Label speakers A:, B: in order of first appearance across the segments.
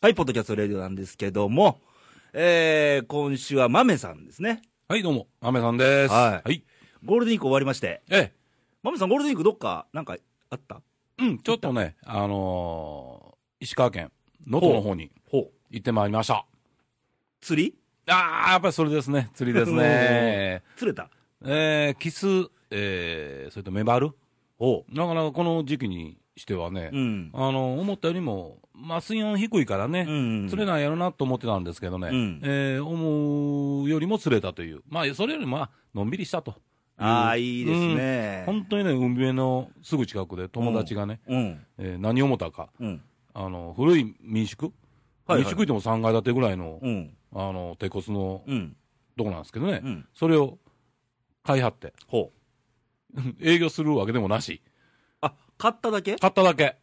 A: はい、ポッドキャストレディオなんですけども、えー、今週は豆さんですね。
B: はい、どうも、アメさんです。
A: はい
B: はい。
A: ゴールデンウィーク終わりまして、
B: え
A: 豆さんゴールデンウィークどっか、なんかあった
B: え、うん、ちょっとね、あのー石川県、能登の方に
A: ほう。
B: 行ってまいりました。
A: 釣り
B: あー、やっぱりそれですね、釣りで すね。
A: 釣れた
B: えー、キス、えー、それとメバル。
A: ほ
B: なかなかこの時期にしてはね、
A: うん
B: あの、思ったよりも、まあ、水温低いからね、
A: うん
B: 釣れないやろなと思ってたんですけどね、
A: うん
B: えー思うよりも釣れたという。まあ、それよりも、まあのんびりしたと。
A: あーいいですね
B: うん本当にね、海辺のすぐ近くで友達がね、
A: う。うん。
B: えー何を思ったか、
A: うん。
B: あの古い民宿、
A: はいはい
B: 民宿行っても3階建てぐらいの,、
A: うん。
B: あの鉄骨の
A: うん。
B: とこなんですけどね、
A: うん
B: それを買い張って、
A: ほう。
B: 営業するわけでもなし、
A: あ、買っただけ
B: 買っただけ、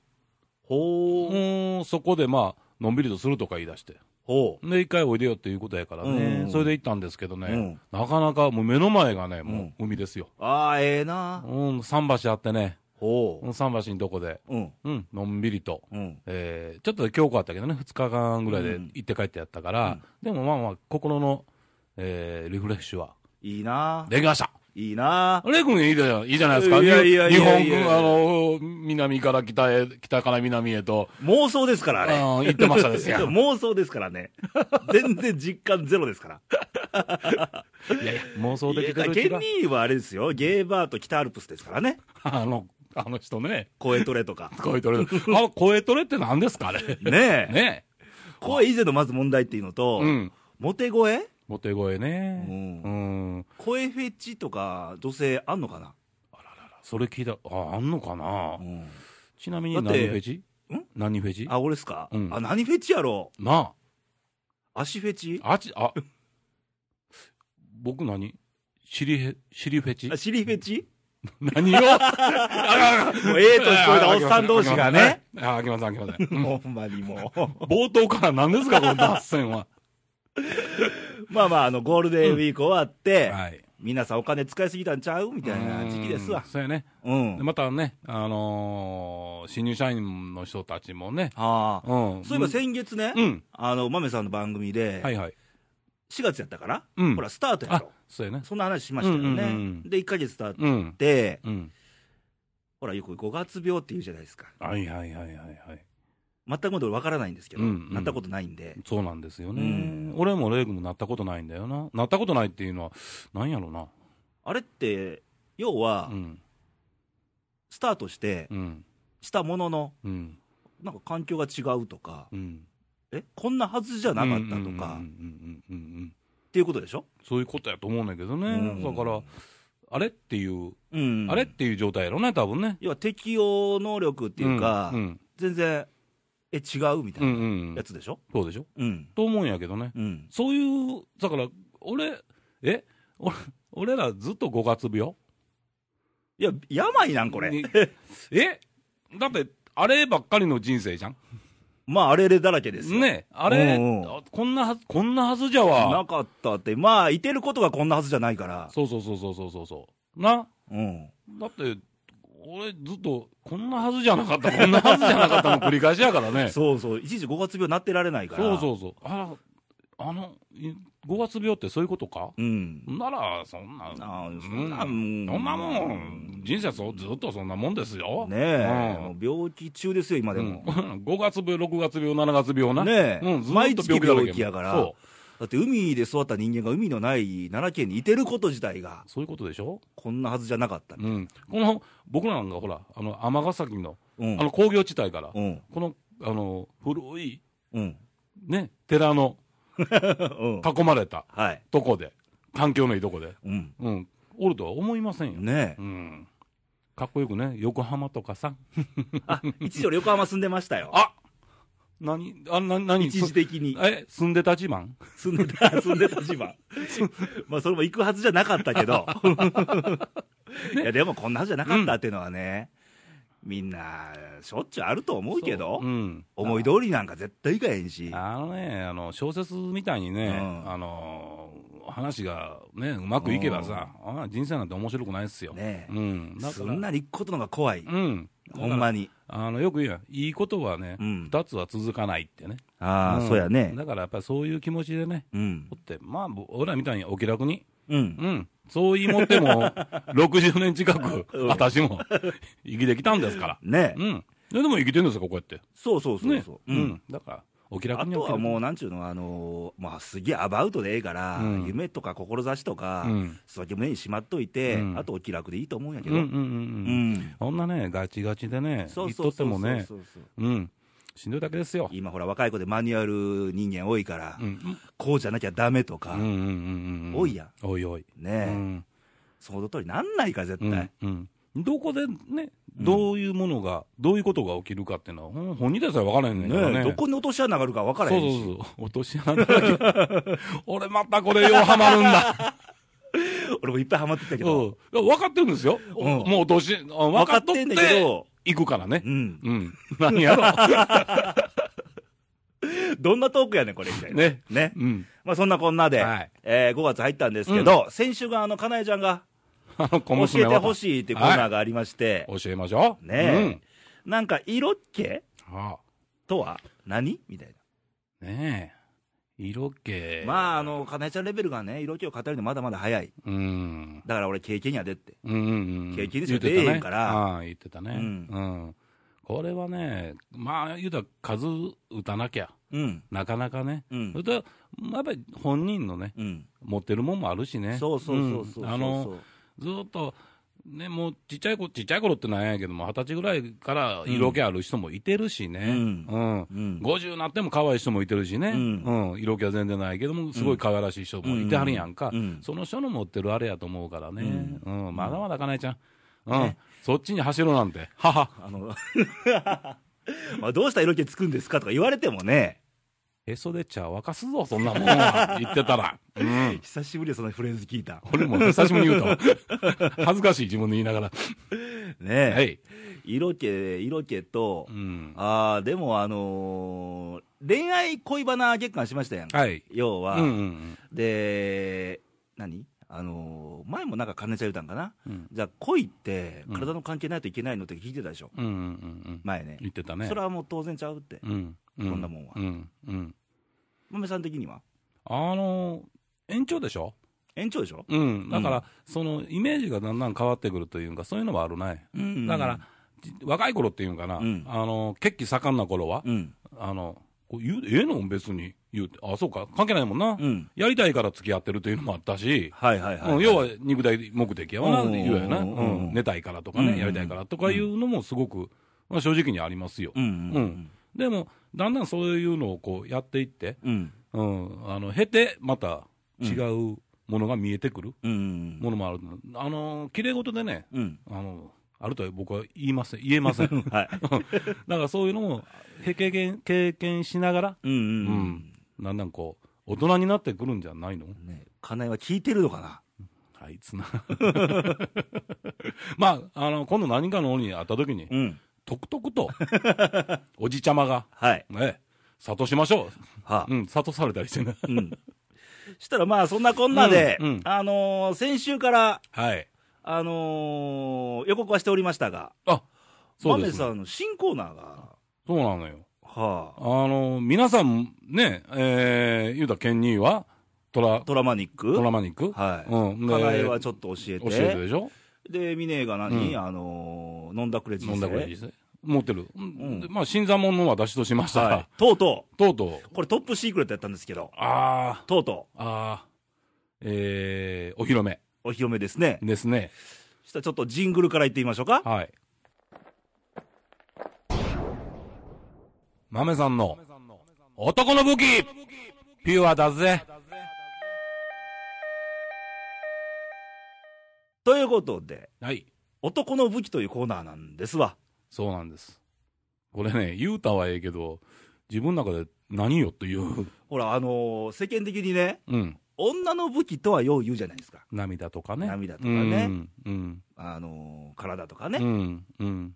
A: ほ
B: う。ーんそこでまあ、のんびりとするとか言い出して、
A: ほう。
B: で、一回おいでよっていうことやからね、
A: うん
B: それで行ったんですけどね、
A: うん
B: なかなかもう目の前がね、もう海ですよ、
A: あー、ええな
B: うん、桟橋あってね、
A: ほ
B: うん桟橋のとこで、
A: う。うん。
B: うん、のんびりと。
A: うん。
B: えーちょっと強行あったけどね、2日間ぐらいで行って帰ってやったから、でもまあまあ、心の、えーリフレッシュはい
A: いな
B: できました。
A: いいな
B: レイ君いいじゃいいじゃないですか。
A: いやいやいやい
B: 日
A: や
B: 本
A: いや
B: 軍、あの、南から北へ、北から南へと、
A: 妄想ですから、あれ。
B: うん言ってましたですよ
A: 妄想 ですからね。全然実感ゼロです から。
B: いやいや、妄想できてるう
A: ケ
B: ち
A: ニ
B: が
A: ーはあれですよ、ゲーバーと北アルプスですから ね、
B: あの、あの人ね、
A: 声トレとか。
B: 声トレ。あの、声トレって何で すかね。
A: ねえ、
B: ね
A: 声以前のまず問題っていうのと、
B: うん
A: モテ声、
B: モテ声ね。
A: うん
B: うん。
A: 声フェチとか、女性あんのかな、
B: それ聞いた、あ、あんのかな
A: うん
B: ちなみに
A: だって
B: 何フェチ
A: ん
B: 何フェチ
A: あ、俺っすか、
B: うん
A: あ、何フェチやろ、
B: なあ。
A: 足フェチ
B: あち、あ、僕何尻へ、尻フェチ
A: あ尻フェチ
B: 何をあ
A: もうええと聞こえたおっさん同士がね。
B: あ、あきません、あきません。うん
A: ほんまにもう。
B: 冒頭から何ですか、この脱線は。
A: まあまあ、あの、ゴールデンウィーク終わって、
B: はい。
A: 皆さんお金使いすぎたんちゃうみたいな時期ですわ
B: うん。そうやね。
A: うん。
B: でまたね、あのー新入社員の人たちもね、
A: はあ、
B: うん。
A: そういえば先月ね、
B: うん。
A: あの、豆さんの番組で、
B: はいはい。
A: 4月やったから、
B: うん
A: ほら、スタートや
B: あ
A: ろ。、
B: そうやね。
A: そんな話しましたよね。
B: うんうんうん
A: で、1ヶ月経っ
B: うん。
A: て、
B: うん。
A: ほら、よく5月病って言うじゃないですか。
B: はいはいはいはいはい。
A: 全くまだわからないんですけど、
B: うんうん
A: なったことないんで。
B: そうなんですよね。
A: うん
B: 俺もレイ君もなったことないんだよな。なったことないっていうのは、なんやろな。
A: あれって、要は
B: う、ん。
A: スタートして、
B: うん。
A: したものの、
B: うん。
A: なんか環境が違うとか、
B: うん。
A: え、こんなはずじゃなかったとか、
B: うんうんうんうんうんうんうん
A: っていうことでしょ
B: そういうことやと思うんだけどね、
A: うん
B: だから、あれっていう、
A: うん
B: あれっていう状態やろね、多分ね。
A: 要は適応能力っていうか、
B: うん
A: 全然、え、違うみた
B: う
A: い
B: ん
A: な
B: うんう
A: や
B: ん、
A: つでしょ
B: そうでしょ
A: うん。
B: と思うんやけどね、
A: うん。
B: そういう、だから、俺、え俺俺らずっと五月病
A: いや、病なん、これ。
B: にえだって、あればっかりの人生じゃん。
A: まあ、あれれだらけですよ。
B: ねあれ、
A: うんうん
B: あこんなはず、こんなはずじゃ
A: な
B: わ。
A: かったって、まあ、いてることがこんなはずじゃないから、
B: そうそうそうそうそうそうそう。な
A: うん、
B: だって、俺ずっと、こんなはずじゃなかった、こんなはずじゃなかったの繰り返しやか らね。そ
A: そうそう、一時5月病なってられないから、
B: うそうそう。ああの、い五月病ってそういうことか
A: うん、
B: なら、そんな、
A: ああ
B: うん
A: そんな
B: そ
A: ん
B: んなもん、人生そうずっとそんなもんですよ。
A: ねえ、
B: うん
A: もう病気中ですよ、今で
B: う
A: も。
B: ん、5月 病、6月病、7月病な。
A: ねえ、
B: うん、ずっと
A: 毎
B: 病
A: 月
B: 気だらけ
A: 病気やから、
B: そ
A: だって海で育った人間が海のない奈良県にいてること自体が、
B: う。そういうことでしょ
A: こんなはずじゃなかった、
B: うん。この、僕らなんかほら、あの、尼崎の、
A: うん
B: あの、工業地帯から、
A: うん、
B: この、あの、古い、
A: うん、
B: ね、寺の
A: うん、
B: 囲まれた
A: はい、
B: とこで、環境のいいとこで、
A: うん、
B: うん、おるとは思いませんよ。
A: ね
B: う
A: え、
B: ん。かっこよくね、横浜とかさ。
A: あ一時俺、横浜住んでましたよ、
B: あ何あ、な、何
A: 一時的に
B: す。え、住んでた自慢
A: 住んでた、住んでた自 慢。まあ、それも行くはずじゃなかったけど。いや、でもこんなはずじゃなかったっていうのはね、みんな、しょっちゅうあると思うけど、
B: そううん。
A: 思い通りなんか絶対いかへんし。
B: あのね、あの、小説みたいにね、
A: うん
B: あの、話がね、うまくいけばさ、あ人生なんて面白くないっすよ。
A: ねえ
B: うん。だから
A: すんなり行くことのが怖い。
B: うん。
A: ほんまに。
B: あのよく言うやん、いいことはね、
A: う
B: 二、
A: ん
B: つは続かないってね、
A: ああ、
B: ん
A: そうやね。
B: だからやっぱりそういう気持ちでね、
A: うん
B: お。って、まあ、ぼ俺らみたいにお気楽に、
A: うん。
B: うん、そう言いもっ ても、60年近く、私も生きてきたんですから、
A: ね
B: うん、ででも生きてるんですよ、こうやって、
A: そうそうそう
B: ね
A: そう。う
B: う
A: ん
B: ん、だから、お気楽
A: あ
B: に
A: と
B: お気楽
A: は
B: に
A: もう、なんちゅうの、あのーまあ、すげえアバウトでええから、
B: うん
A: 夢とか志とか、
B: うん
A: そうやって胸にしまっといて、
B: うん
A: あとお気楽でいいと思うんやけ
B: うん
A: ど、
B: う
A: うん
B: うんうん、そんなね、ガチガチでね、
A: そ
B: 言
A: う
B: っ
A: そう
B: とって
A: そうそ
B: も
A: う
B: ね、うん、しんどいだけですよ。
A: 今、ほら、若い子でマニュアル人間多いから、
B: うん
A: こうじゃなきゃダメとか、
B: うんうんうんうん、
A: 多いやん
B: おいおい、
A: ねえ、
B: うん
A: その通りなんないから、絶対。
B: うんうん、どこでね、どういうものが、どういうことが起きるかっていうのは、ほん本人でさえ分からへんねんけど
A: ね
B: ね。
A: えどこに落とし穴があるか分から
B: そ
A: へ
B: うん
A: し
B: そうそう、落とし穴だらけ。 俺またこれようハマるんだ。
A: 俺もいっぱいハマってきたけど、
B: うん、分かってるんですよ。
A: うん
B: もう落とし、分
A: 分
B: か
A: か
B: っ
A: っ
B: とって
A: んだけ
B: て、
A: ど、
B: 行くからね
A: う。ん、
B: うん。何やろ。
A: どんなトークやねん、これみたいな。ね
B: ね。うん。
A: まあ、そんなこんなで、
B: はい
A: え5月入ったんですけど、先週があのかなえちゃんが
B: あの
A: 教
B: 小
A: え
B: 娘
A: て
B: は。
A: ほしいっていうコーナーがありまして、
B: 教えましょう。
A: ねえ、なんか色っ気
B: うん。は
A: とは何みたいな、
B: あ、ねえ。色気。
A: まああの、かなえちゃんレベルがね、色気を語るのまだまだ早い、
B: うん。
A: だから俺、経験やでって、
B: うんうんうん、
A: 経験でし
B: 言
A: か
B: ってた
A: 出えへ
B: ね
A: んから
B: ああ言ってたね、
A: うん
B: うんこれはね、まあ言うたら数打たなきゃ、
A: うん、
B: なかなかね、
A: う
B: それ
A: ん、
B: とやっぱり本人のね、
A: うん、
B: 持ってるもんもあるしね、
A: そうそうそうそうそう、
B: んあのずーっと、ね、もうちっちゃい子ちっちゃい頃ってなんやけども、二十歳ぐらいから色気ある人もいてるしね、
A: うん
B: うん
A: うん、
B: 50なっても可愛い人もいてるしね、う
A: うんん
B: 色気は全然ないけども、すごい可愛らしい人もいてはるやんか、
A: うんうん
B: その人の持ってるあれやと思うからね、う
A: うん
B: まだまだかなえちゃん、うん
A: ね
B: そっちに走ろうなんて、はは、
A: あの まあどうしたら色気つくんですかとか言われてもね、
B: へそで茶沸かすぞ、そんなもんは、言ってたら、うん、
A: 久しぶりでそのフレーズ聞いた、
B: 俺も久しぶりに言うと、恥ずかしい、自分で言いながら、
A: ね
B: はい、
A: 色気、色気と、
B: うん、
A: ああ、でも、あのー恋愛恋バナ月間しましたやんか、
B: はい、
A: 要
B: うん
A: は、
B: うん
A: で、何あのー前もなんか金ちゃん言うたんかな、
B: うん
A: じゃあ、恋って
B: うん
A: 体の関係ないといけないのって聞いてたでしょ、
B: うん、うんうんうん、
A: 前ね
B: 言ってたね、
A: それはもう当然ちゃうって、
B: うん、う
A: こんなもんは
B: うん、うん、
A: 豆さん的には、
B: あの延長でしょ
A: 延長でしょ、
B: うん、だから、そのイメージがだんだん変わってくるというか、そういうのはあるね、
A: うん
B: だから、、じ若い頃っていうんかな、
A: うん
B: あの血気盛んな頃は、
A: うん、
B: あのこう言うええの、別に言うて、あそうか、関係ないもんな、
A: うん、
B: やりたいから付き合ってるというのもあったし、
A: はいはいはい、
B: うん要は肉体目的やわな、
A: うん
B: 言うやな、
A: う
B: うん
A: うん
B: ん寝たいからとかね、
A: うん
B: やりたいからとかいうのもすごく、まあ、正直にありますよ。
A: うん、うん、うん、
B: でも、だんだんそういうのをこうやっていって、
A: うん、
B: うん、あの経て、また違うものが見えてくる。
A: うん、
B: ものもある、あの綺麗事でね、
A: うん、
B: あのあるとは僕は言いません、言え ません、だ
A: はい、
B: からそういうのも経験経験しながら、
A: うん、
B: う、
A: うんん、
B: だんだんこう、大人になってくるんじゃないの、
A: うん、ね、金井は聞いてるのかな。
B: あいつな、 まあ、あの今度、何かの鬼に会った時に、
A: うん、
B: とくと くと、おじちゃまが、
A: はい、
B: ね、諭しましょ
A: はあ
B: う、うん、諭されたり してね、
A: うん。したらまあそんなこんなで、
B: うんうん
A: あのー先週から、
B: はい、
A: あのー予告はしておりましたが、
B: あ
A: マ
B: そう
A: メ
B: です、
A: さ
B: ね、
A: んの新コーナーが、
B: そうなのよ。
A: はあ、
B: あの、皆さんね、えー、言うたらケンニーは、トラ、
A: トラマニック
B: トラマニック、
A: はい。
B: うんで
A: 課題はちょっと教え
B: 教えてる
A: て、
B: でしょ
A: で、ミネが何、
B: うん
A: あのー飲んだくれ人生
B: 飲んだくらいですね。持ってる。
A: ん
B: でまあ、新参者の私としましたら、
A: はい。とうと
B: とうとう、
A: う、これトップシークレットやったんですけど、
B: あ
A: とうと
B: ー、あー、えー、お披露目
A: う、お披露目ですね。
B: ですね。
A: したらちょっとジングルからいってみましょうか。
B: はい。豆さんの、男の武器、ピュアだぜ。
A: ということで、
B: はい。
A: 男の武器というコーナーなんですわ。
B: そうなんです。これね、言うたはええけど、自分の中で何よという、
A: ほら、あのー世間的にね、
B: うん、
A: 女の武器とはよう言うじゃないですか、
B: 涙とかね。
A: 涙とかね
B: うん、うん、
A: あのー体とか
B: う
A: ね、
B: ん、うん、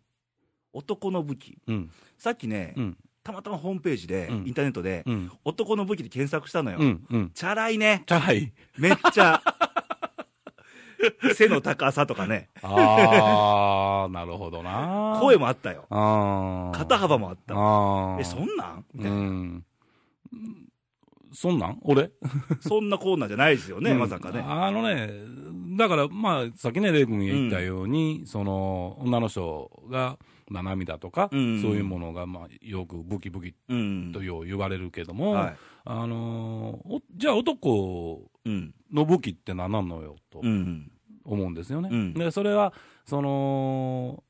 A: 男の武器、
B: うん、
A: さっきね、
B: うん、
A: たまたまホームページで、
B: うん
A: インターネットで、
B: うん、
A: 男の武器で検索したのよ、
B: うん、うん。
A: チャラいね、
B: チャラい。
A: めっちゃ、背の高さとかね、
B: ああ、 なるほどな。
A: 声
B: も。
A: もあったよ。
B: ああ。
A: 肩幅もあった。
B: ああ。
A: え、そんなんみた
B: う。
A: いなん
B: そんなん俺
A: そんなコーナーじゃないですよね、
B: うん
A: まさかね。
B: あのね、だから、まあ、さっきね、レイ君が言ったように、その、女の人が、まあ、涙とか、
A: うん
B: そういうものが、まあ、よくブキブキ
A: うん。
B: とよう言われるけども、
A: はい。
B: あのーおじゃあ男
A: うん。
B: の武器って何なのよ、と
A: うん。
B: 思うんですよね。
A: うん
B: で、それは、その、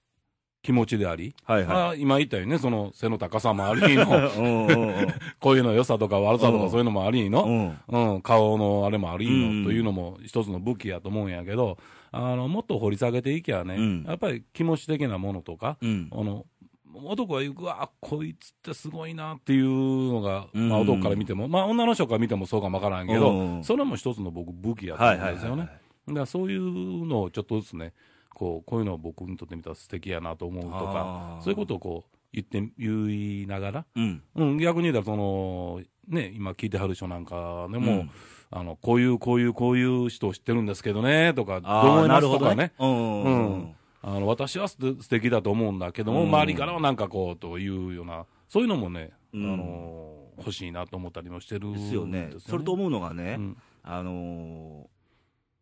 B: 気持ちであり、
A: はいはい。
B: あ今言ったようにね、その背の高さもありの、
A: うんうんうん
B: 声の良さとか悪さと
A: う
B: か
A: ん
B: そういうのもありの、
A: うん。
B: うん、顔のあれもあり
A: う
B: の、
A: ん
B: というのも一つの武器やと思うんやけど、あのもっと掘り下げていきゃね、
A: うん
B: やっぱり気持ち的なものとか、
A: うん。
B: あの男は言う、うわ、こいつってすごいなっていうのが、まあ、
A: うん
B: 男から見ても、まあ、女の人から見てもそうかもわからんけ
A: う
B: ど、
A: ん
B: それも一つの僕、武器やと
A: は
B: 思う
A: いはいは
B: んで
A: い
B: すよね。
A: はい。
B: だからそういうのをちょっとずつね、こうこういうのを僕にとってみたら素敵やなと思うと
A: あ
B: か
A: ー、
B: そういうことをこう言って言いながら、
A: うん。
B: うん、逆に言うたらその、ね、今聞いてはる人なんかでも、
A: うん
B: あのこういう、こういう、こういう人を知ってるんですけどねとか、どう
A: あ
B: 思
A: あ、
B: い
A: な
B: ま
A: る
B: す
A: ほ
B: と
A: ど
B: か
A: ね
B: ね。。
A: うんうんうん。
B: あの私はす素敵だと思うんだけども、
A: うん
B: 周りからはなんかこうというような、そういうのもね、
A: うん
B: あの欲しいなと思ったりもしてるん
A: ですよね
B: です
A: それと思うのがね、
B: うん
A: あのー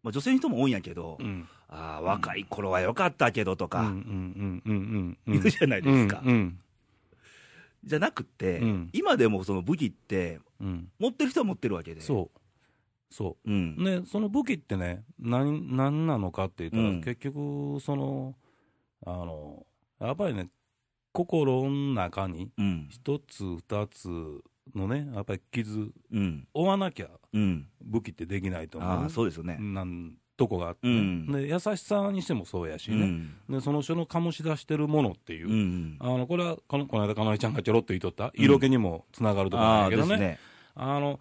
A: まあ、女性の人も多いんやけど、
B: うん
A: ああ若い頃は良かったけどと
B: うんう
A: か、
B: んうんうんうん
A: 言うじゃないですか、
B: うんうん
A: じゃなくて、
B: うん
A: 今でもその武器って
B: うん、
A: 持ってる人は持ってるわけで、
B: そう、そう
A: ん
B: う、ね、その武器ってね、なんなんなのかって言ったら、
A: うん
B: 結局そのあの、やっぱりね、心の中に
A: うん
B: 一つ、二つのね、やっぱり傷、
A: うん
B: 負わなきゃ
A: うん
B: 武器ってできないと
A: あ
B: 思
A: あ
B: う
A: そうですよね
B: なんとこがあっ
A: う
B: て、
A: ん
B: で優しさにしてもそうやし
A: う
B: ね、
A: ん
B: でその人の醸し出してるものっていう。
A: うん
B: あのこれはこのこの間、かなえちゃんがちょろっと言いとった、色気にもつながるとこ
A: あ
B: な
A: あ
B: んやけ
A: で
B: ど
A: す
B: ね、
A: ね
B: あの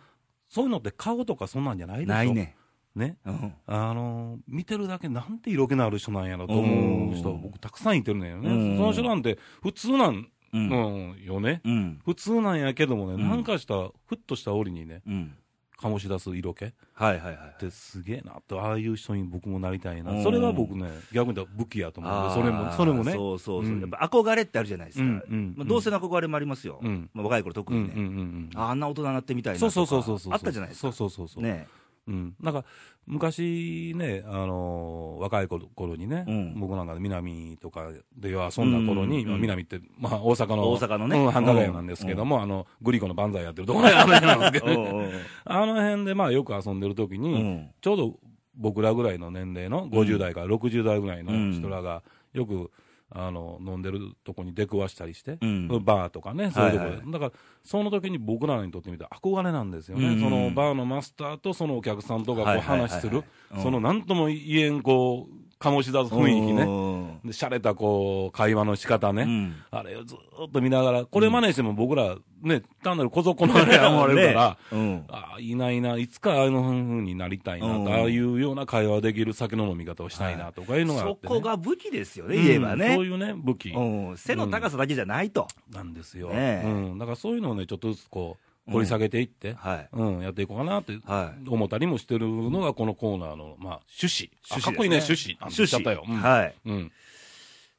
B: そういうのって顔とかそんなんじゃないでしょ
A: ないね、
B: ね
A: うん
B: あの見てるだけなんて色気のある人なんやろと思う人
A: う
B: は
A: ん
B: 僕たくさんいてるんだよね、
A: うん
B: その人なんて普通なん
A: うん
B: のよね、
A: うん
B: 普通なんやけどもね、
A: うん
B: なんかしたふっとした折にね
A: うん
B: 醸し出す色気っ
A: はいはいはい
B: てすげえなとああいう人に僕もなりたいな、
A: うん
B: それは僕ね逆に言ったら武器やと思うん
A: あ
B: で
A: あ
B: それもそれもね
A: そうそうそう、
B: うん
A: やっぱ憧れってあるじゃないですか、
B: うんうん
A: まあ、同性の憧れもありますよ、
B: うん
A: まあ、若い頃特にね、
B: うんうんうんうん
A: ああんな大人になってみたいなと
B: そ
A: か
B: うそうそうそうそう
A: あったじゃないですか
B: そうそうそうそう、
A: ね
B: うん、なんか昔ね、あのー若い頃頃にね、
A: うん
B: 僕なんか南とかで遊んだ頃に、
A: うん
B: まあ南って、まあ、大阪の
A: 大阪のね
B: うん繁華街なんですけども、あのグリコの万歳やってるところなんですけ ど、
A: おうおう
B: あの辺でまあよく遊んでる時
A: う
B: に、
A: ん
B: ちょうど僕らぐらいの年齢の50代から60代ぐらいの人らが、よくあの飲んでるとこに出くわしたりして、
A: うん
B: バーとかね、そういうところで、
A: はいは
B: だからその時に僕らにとってみたら憧れなんですよね、
A: うん
B: そのバーのマスターとそのお客さんとか
A: はい
B: こう
A: はいはいはい
B: 話する
A: うん、
B: そのなんとも言えん、こう、醸し出す雰囲気ね、
A: ね
B: で洒落たこう会話の仕方ね。
A: うん
B: あれをずーっと見ながら、これ真似しても僕ら、ね、単なる小僧の あれや思われるから、
A: うん
B: あいいないいな、いつかああいうふうになりたいな
A: うん
B: と、ああいうような会話できる酒の飲み方をしたいなとかいうのがあ
A: そ
B: ってね、
A: こが武器ですよね、言えば
B: うん
A: ね
B: そう、いうね、武器
A: うん背の高さだけじゃないと、
B: なんですよ、
A: ねえ
B: うん。だからそういうのをね、ちょっとずつこう、掘り下げていって、
A: はい、
B: うんやっていこうかなって
A: はい
B: 思ったりもしてるのが、このコーナーの、まあ、趣旨。
A: 趣旨で
B: あ
A: すね
B: かっこいいね、趣旨。あ
A: 趣
B: 言っちゃった
A: 旨、
B: よ。うん
A: はい。
B: うん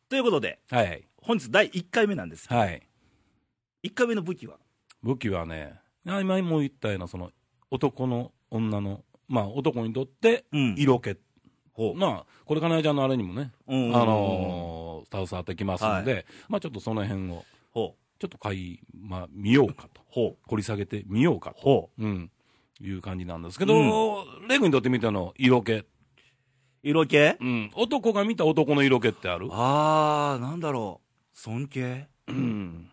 A: ということで、
B: はいはい。
A: 本日第1回目なんです、
B: はい。
A: 1回目の武器は、
B: 武器はね、あ今も言ったような、その、男の女の、まあ、男にとって、
A: うん
B: 色気。
A: ほう
B: まあ、これ、かなえちゃんのあれにもね、
A: うん
B: あのー、携わってきますので、まあちょっとその辺を、
A: ほう、
B: ちょっと買い、まあ見ようかと。
A: ほう、
B: 掘り下げてみようかと。
A: ほう、
B: うん。いう感じなんですけど、レグにとってみたの色気。
A: 色気
B: うん。男が見た男の色気ってある
A: あー、なんだろう、尊敬、
B: うん。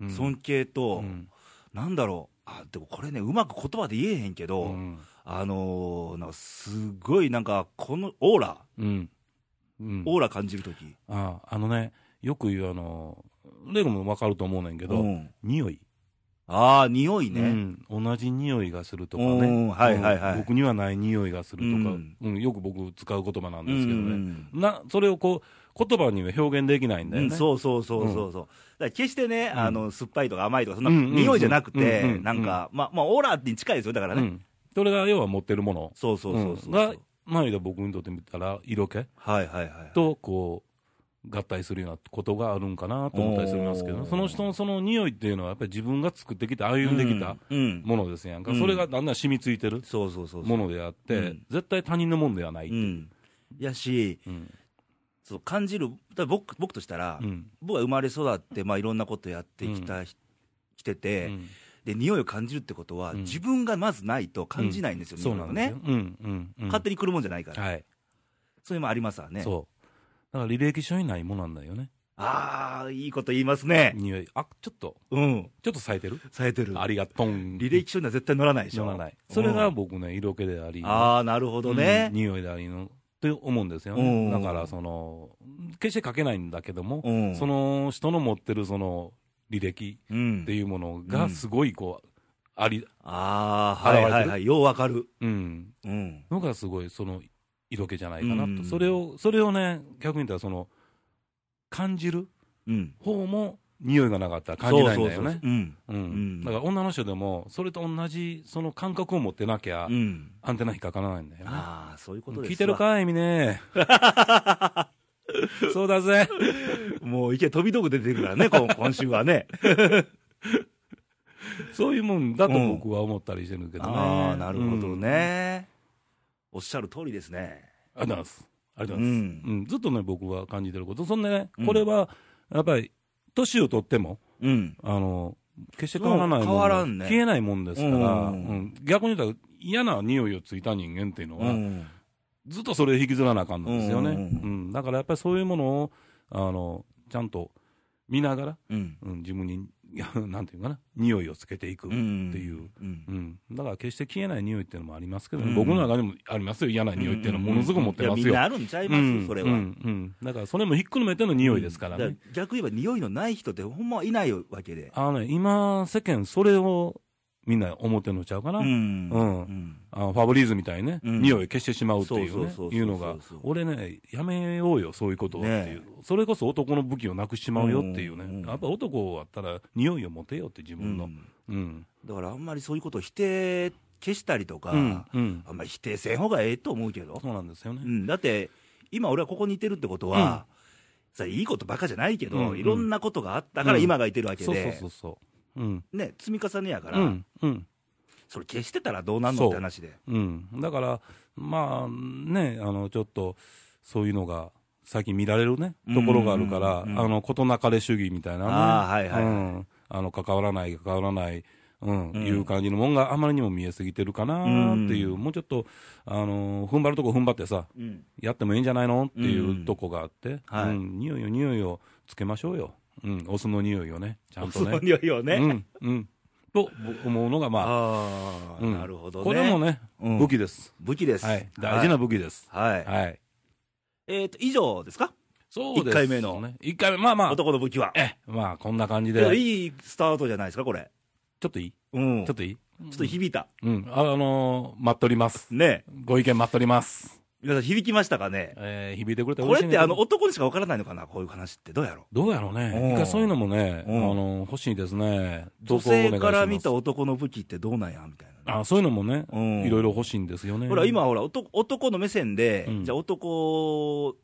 B: うん
A: 尊敬と、
B: うん
A: なんだろう、あでもこれね、うまく言葉で言えへんけど、
B: うん。
A: あのー、なんかすごいなんか、このオーラ、
B: うん。うん
A: オーラ感じるとき、
B: ああのね、よく言うあの、レグもわかると思うねんけ
A: う
B: ど、
A: ん、
B: 匂い。
A: あー、匂いうね、
B: ん、同じ匂いがするとか
A: うん
B: ね、
A: はいはいはい
B: うん僕にはない匂いがするとか、
A: う
B: うんんよく僕、使う言葉なんですけど
A: う
B: ね、
A: ん
B: なそれをこう言葉には表現できないんだよ
A: うん
B: ね、
A: そうそうそうそうそう、だから決してね、
B: ん
A: あの酸っぱいとか甘いとか、そんな
B: うんうんうん
A: 匂いじゃなくて、
B: うんうん
A: なんか、まあ、まあ、オーラに近いですよ、だから
B: う
A: ね、
B: んそれが要は持ってるもの
A: そうそうそうそう、
B: うんがまあ言うたら僕にとってみたら、色気
A: はいはいはい。
B: とこう合体するようなことがあるんかなと思ったりするんですけ
A: お
B: ど、
A: ー
B: その人のその匂いっていうのは、やっぱり自分が作ってきて、歩んできた
A: うん、うん
B: ものですやんか、
A: うん
B: それがだんだん染みついてる
A: そうそうそうそう
B: ものであって、
A: うん
B: 絶対他人のもんではない、
A: うん、やし
B: うん
A: そう感じるだから僕僕としたら、
B: うん
A: 僕は生まれ育って、まあ、いろんなことやってきた、きて
B: う
A: て、
B: ん
A: で匂いを感じるってことは、
B: うん
A: 自分がまずないと感じないんですよ、
B: そうなんです
A: 匂い
B: よ
A: をね、
B: うんうんうん、
A: 勝手に来るもんじゃないから、
B: はい、
A: それもありますわね
B: そうだから履歴書にないものなんだよね、
A: ああいいこと言いますね
B: 匂い、あちょっと、
A: うん
B: ちょっと咲いてる、
A: 冴えてる
B: ありがとん、
A: 履歴書には絶対載らないでしょ
B: 乗らない、それが
A: うん
B: 僕ね、色気であり、
A: ああなるほどね
B: うん、匂いでありのって思うんですよ
A: うん
B: ね、だからその、決して書けないんだけども、
A: うん
B: その人の持ってるその履歴
A: うん
B: っていうもの
A: うん
B: が、すごいこう、あり、
A: ああはいはい
B: 現
A: は
B: れ
A: いようわかる
B: うん、
A: うん
B: のがすごいその色気じゃないかなと、
A: うん
B: それをそれをね逆に言ったらその感じる
A: うん
B: 方も匂いがなかったら感じないんだよ
A: そうそう
B: ね
A: そううん
B: うん
A: うん
B: だから女の人でもそれと同じその感覚を持ってなきゃ、
A: うん
B: アンテナ引っかからないんだよね
A: ああそういうことですわ
B: 聞いてるかい みねそうだぜ
A: もう池飛び道具出てくるからね こん今週はね
B: そういうもんだと僕は思ったりしてるけどね、
A: ああなるほど
B: うんあ
A: ね、おっしゃる通りですね
B: りがとうございますありが
A: う
B: とうございます、
A: ん
B: うんずっとね僕は感じてることそんでね
A: うん
B: これはやっぱり年を取っても
A: うん
B: あの、決して変わらないもんで
A: 変わらんね
B: 消えないもんですから、
A: うん
B: うん逆に言ったら嫌な匂いをついた人間っていうのは、
A: うん
B: ずっとそれ引きずらなあかんのですよね。
A: う
B: うんん
A: うんう
B: だからやっぱりそういうものを、あの、ちゃんと見ながら、
A: うん
B: うん、自分に、いや なんていうかな、匂いをつけていく。
A: う
B: うん
A: ん
B: っていう、
A: うん
B: だから決して消えない匂いっていうのもありますけど、
A: うん
B: 僕の中でもありますよ、嫌な匂いっていうのはものすごく持ってます
A: いやみん
B: よ
A: な。あるんちゃいます、
B: うん
A: それは、
B: うんうんだからそれもひっくるめての匂いですからね。
A: だ逆言えば匂いのない人ってほんまいないわけで
B: あのね、今、世間、それをみんな思ってんのちゃうかな、
A: ん
B: うん
A: うん
B: あのファブリーズみたいにね、
A: うん
B: 匂い消してしまうってい
A: そうそうそ
B: うね
A: うそう、そう
B: いうのが、俺ね、やめようよ、そういうことをっていう、
A: ね
B: それこそ男の武器をなくしちまうよっていうね、
A: うん
B: やっぱ男だったら、匂いを持てよって、自分の、
A: う
B: うん
A: ん
B: うん
A: だからあんまりそういうことを否定消したりとか、
B: うん
A: あんまり否定せん方がええと思うけど、
B: そうなんですよね、
A: うん、だって今俺はここにいてるってことは、さいいことばかじゃないけど、
B: うんうん
A: いろんなことがあったから
B: うん
A: 今がいてるわけで、
B: そうそうそうそう、うん、
A: ね、積み重ねやから、
B: うん、うん、
A: それ消してたらどうなんの
B: そう
A: って話で
B: うん、だから、まあね、あのちょっと、そういうのが最近見られるね、ところがあるか
A: う
B: ら、
A: んうんうんうん
B: あの事なかれ主義みたいなね、
A: あーはいはいはい
B: うんあの関わらない、関わらない、うん
A: うん
B: いう感じのもんがあまりにも見えすぎてるかなっていう、
A: うん
B: もうちょっと、あの踏ん張るとこ踏ん張ってさ、
A: うん、
B: やってもいいんじゃないのってい
A: うん
B: うとこがあって、
A: はい
B: うん匂いを、匂いをつけましょうよ、うん、お酢の匂いをね、ちゃんと
A: その
B: ね。
A: 匂いをね、
B: うんうんと思うのが、まあ、
A: ああ、
B: うん
A: なるほどね
B: これもね、
A: うん
B: 武器です。
A: 武器です、
B: はい、大事
A: は
B: な
A: い
B: 武器です。
A: はい
B: はい。
A: えっ、と以上ですか
B: そうです。
A: 一回目の
B: ね。一回目、まあまあ、
A: 男の武器は
B: え、まあこんな感じ
A: いや
B: で、
A: いいスタートじゃないですかこれ
B: ちょっといい
A: うん
B: ちょ
A: ちょ
B: っといい
A: っと響いた、
B: うん。ああのー、待っとります。
A: ね
B: ご意見待っとります。
A: 皆さん響きましたかね
B: えー、響いてくれて
A: こ
B: 嬉し
A: れ
B: い
A: って
B: ね
A: あの、男にしかわからないのかなこういう話ってどうやろう
B: どうやろう
A: うん
B: ね。一回そういうのもね、あ
A: うん
B: のー、欲しいですね。
A: 女
B: 投稿お願いし
A: 性
B: ます
A: から見た男の武器ってどうなんやみたいなね、
B: あ、そういうのもね、
A: うん
B: いろいろ欲しいんですよね。
A: ほら今ほら男男の目線で、
B: うん
A: じゃあ男を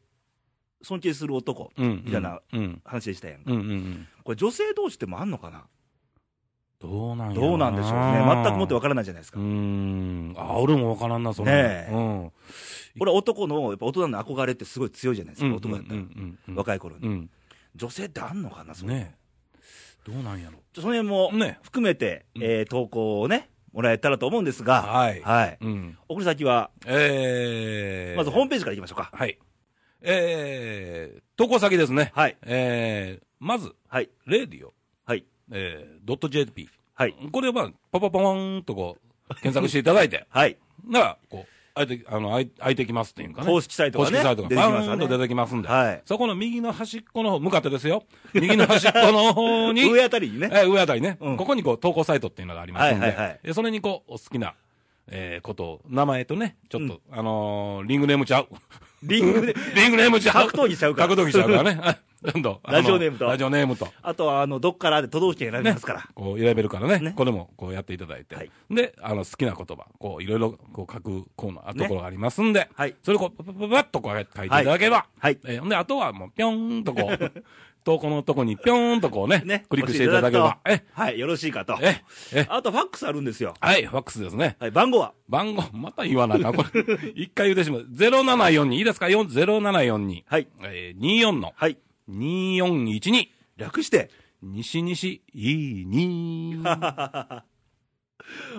A: 尊敬する男
B: うん、うん。
A: みたいな
B: うん。
A: 話でしたやんか、
B: うんうんうん。
A: これ女性同士でもあんのかな
B: どうなんやろ
A: どうなんでしょうね全くもってわからないじゃないですか、
B: うーん。あ、俺もわからんな、それ。
A: ねえ
B: うん。
A: これは男のやっぱ大人の憧れってすごい強いじゃないですか、男だったら、
B: うんうん
A: 若い頃に、
B: うん。
A: 女性ってあんのかなそ,、
B: ねえどうなんやろ
A: その辺も
B: ね
A: 含めて、
B: うん
A: えー投稿をねもらえたらと思うんですが、
B: はい
A: はい、
B: うん。
A: 送り先は
B: えー、
A: まずホームページからいきましょうか、
B: はい。えー、投稿先ですね。
A: はい
B: えー、まず、
A: はい
B: レディオ、
A: はい
B: えー、ドット JP。
A: はい、
B: これは、パパパワーンとこう、検索していただいて
A: はい
B: なら、こう、あいて、あの、あいあいてきますっていうかね。
A: 公式サイトがね
B: 公式サイトが
A: 出てきますわね
B: バーンと出てきますんで。
A: はい
B: そこの右の端っこの方、向かってですよ。 右の端っこの方に。
A: 上あたりにね
B: えー上あたりね、
A: うん
B: ここにこう投稿サイトっていうのがありますんで、
A: はいはいはい
B: えーそれにこうお好きな、えーことを、名前とね、ちょっと、あのーリングネームちゃう。
A: リングで
B: リングネームちゃう。
A: 格闘技ちゃうから
B: 格闘技ちゃうからね。どんどん。
A: ラジオネームと
B: あのラジオネームと。
A: あとは、あの、どっからで都道府県選びますから。
B: こう選べるからね、
A: ね
B: これもこうやっていただいて、
A: はい
B: であの好きな言葉こういろいろこう書くコーナーところがありますんで、
A: はい
B: それをこうパパパパッとこう書いていただければ、
A: はい
B: えーほんであとはもうぴょんとこう 投稿のとこにぴょんとこうね
A: ね。
B: クリックしていただければ
A: 押して
B: え
A: いただくとはい、よろしいかと。
B: ええ
A: あと、ファックスあるんですよ。
B: はいファックスですね
A: はい、番号は
B: 番号また言わなあ かんこれ一回言うてしまう0742いいですか4 0742、
A: はい。
B: えー、24の
A: はい。
B: 2412
A: 略して、
B: 西西いいに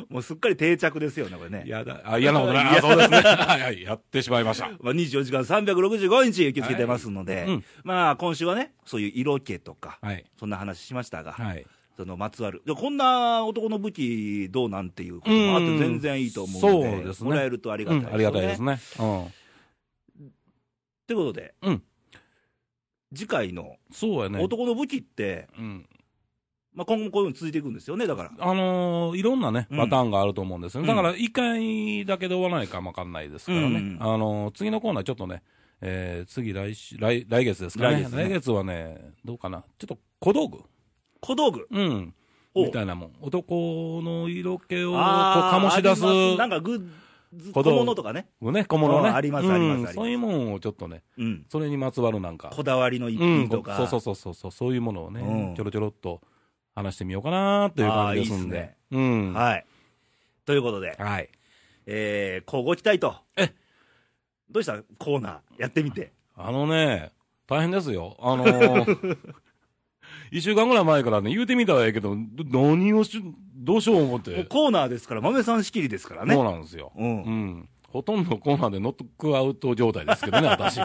A: もうすっかり定着ですよね、これね。
B: やだ、あ、嫌なこ とない。あ、そうですね。 はいはい、やってしまいました。
A: まあ、24時間365日受け付けてますので、
B: はいうん
A: まあ、今週はね、そういう色気とか、
B: はい。
A: そんな話しましたが、
B: はい。
A: そのまつわる、でこんな男の武器どうなんていうこともあって、全然いいと思うので、
B: うんそうですね
A: もらえるとありがたいです、ね
B: ありがたいですね。うん。
A: ということで、
B: うん
A: 次回の
B: そうやね。
A: 男の武器って、
B: うん。
A: まあ、今後もこういうの続いていくんですよね、だから。
B: あのーいろんなね、
A: うん
B: パターンがあると思うんですよね。
A: うん
B: だから、一回だけで終わらないかもわかんないですから
A: うんう
B: ね
A: ん。
B: あのー次のコーナーちょっとね、えー、次来し、来、来月ですか
A: 来
B: ね。
A: 月ね
B: 来月はね、どうかな。ちょっと小道具
A: 小道具。
B: うん。
A: お
B: みたいなもん。男の色気をこう
A: あー
B: 醸し出す
A: ありますなんかグッズ、小
B: 小道具
A: 物とかね。
B: ね、小物ね。
A: あーありますありますあ
B: うん
A: ります
B: そういうもんをちょっとね、
A: うん。
B: それにまつわるなんか。
A: こだわりの一品とか。
B: うん、そうそうそうそうそういうものをね、
A: うん
B: ちょろちょろっと話してみようかなという感じですんで
A: あーいいっ
B: うんは
A: はい。ということで
B: い、、
A: えー、こうご期待と。
B: え
A: どうしたコーナーやってみて。
B: あのね大変ですよあのー、1週間ぐらい前からね言うてみたらええけどど何をしどうしよう思って
A: もうコーナーですから、豆さん仕切りですから
B: そう
A: ね。
B: なんですよ、
A: うん
B: うん、ほとんどコーナーでノックアウト状態ですけど ね私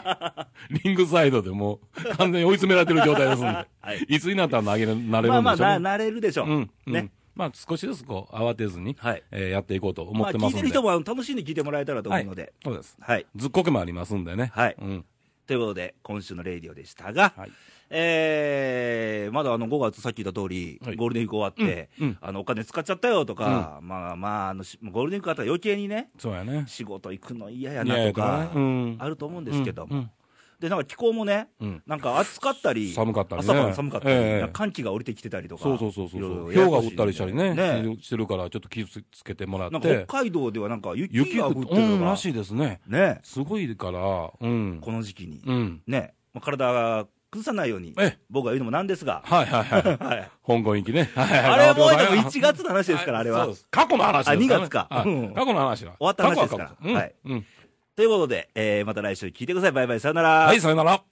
B: リングサイドでもう完全に追い詰められてる状態ですんで、
A: はい
B: い、つになったら投げられるんでしょうね、
A: まあまあ、な、なれるでしょう。
B: うん、うん
A: ね。
B: まあ少しずつこう慌てずに、
A: はい
B: えーやっていこうと思
A: ま
B: っ
A: あ、
B: てま
A: 聞
B: す
A: い
B: ん
A: てる
B: で、
A: 人もあの楽しんで聞いてもらえたらと思うので。
B: そうです
A: はい。
B: ずっこけもありますんでね
A: はい
B: うん
A: ということで、今週のレイディオでしたが、
B: はい
A: えーまだあの5月、さっき言った通り、
B: はい
A: ゴールデンウィーク終わって、
B: うんうん
A: あのお金使っちゃったよとか、まあまああの、しゴールデンウィークあったら余計にね、
B: そうやね
A: 仕事行くの嫌やなとか、
B: うん
A: あると思うんですけども、
B: うん
A: でなんか気候もね、
B: うん
A: なんか暑かったり、
B: 寒かったりね
A: 朝晩寒かったり、
B: ええ
A: なんか寒気が降りてきてたりとか、
B: そうそうそうそう
A: いろいろやや
B: 氷
A: こ
B: が降
A: しい
B: ったりしたりね
A: ね
B: してるからちょっと気をつけてもらって
A: なんか北海道ではなんか雪
B: 雪
A: が
B: が
A: 降
B: 降
A: っ
B: ってて
A: る
B: る
A: のが
B: のが、うんらしいですね
A: ね、
B: すごいからうん
A: この時期に、
B: うん
A: ね、まあ、体が崩さないように
B: ええ、
A: 僕が言うのもなんですが、
B: はいはいはい
A: はい
B: 香港行きねはい
A: あれはもう
B: 頑張
A: で
B: ってく
A: も
B: ださ
A: 1
B: い
A: 月の話ですから、あれは。
B: そう
A: と
B: です過去の話ですら
A: あ二月か
B: はい
A: うん
B: 過去の話だ終
A: わった話ですから
B: は過去うん
A: はい
B: うん
A: いうことで、えーまた来週聞いてください。バイバイ、さよなら。
B: はいさよなら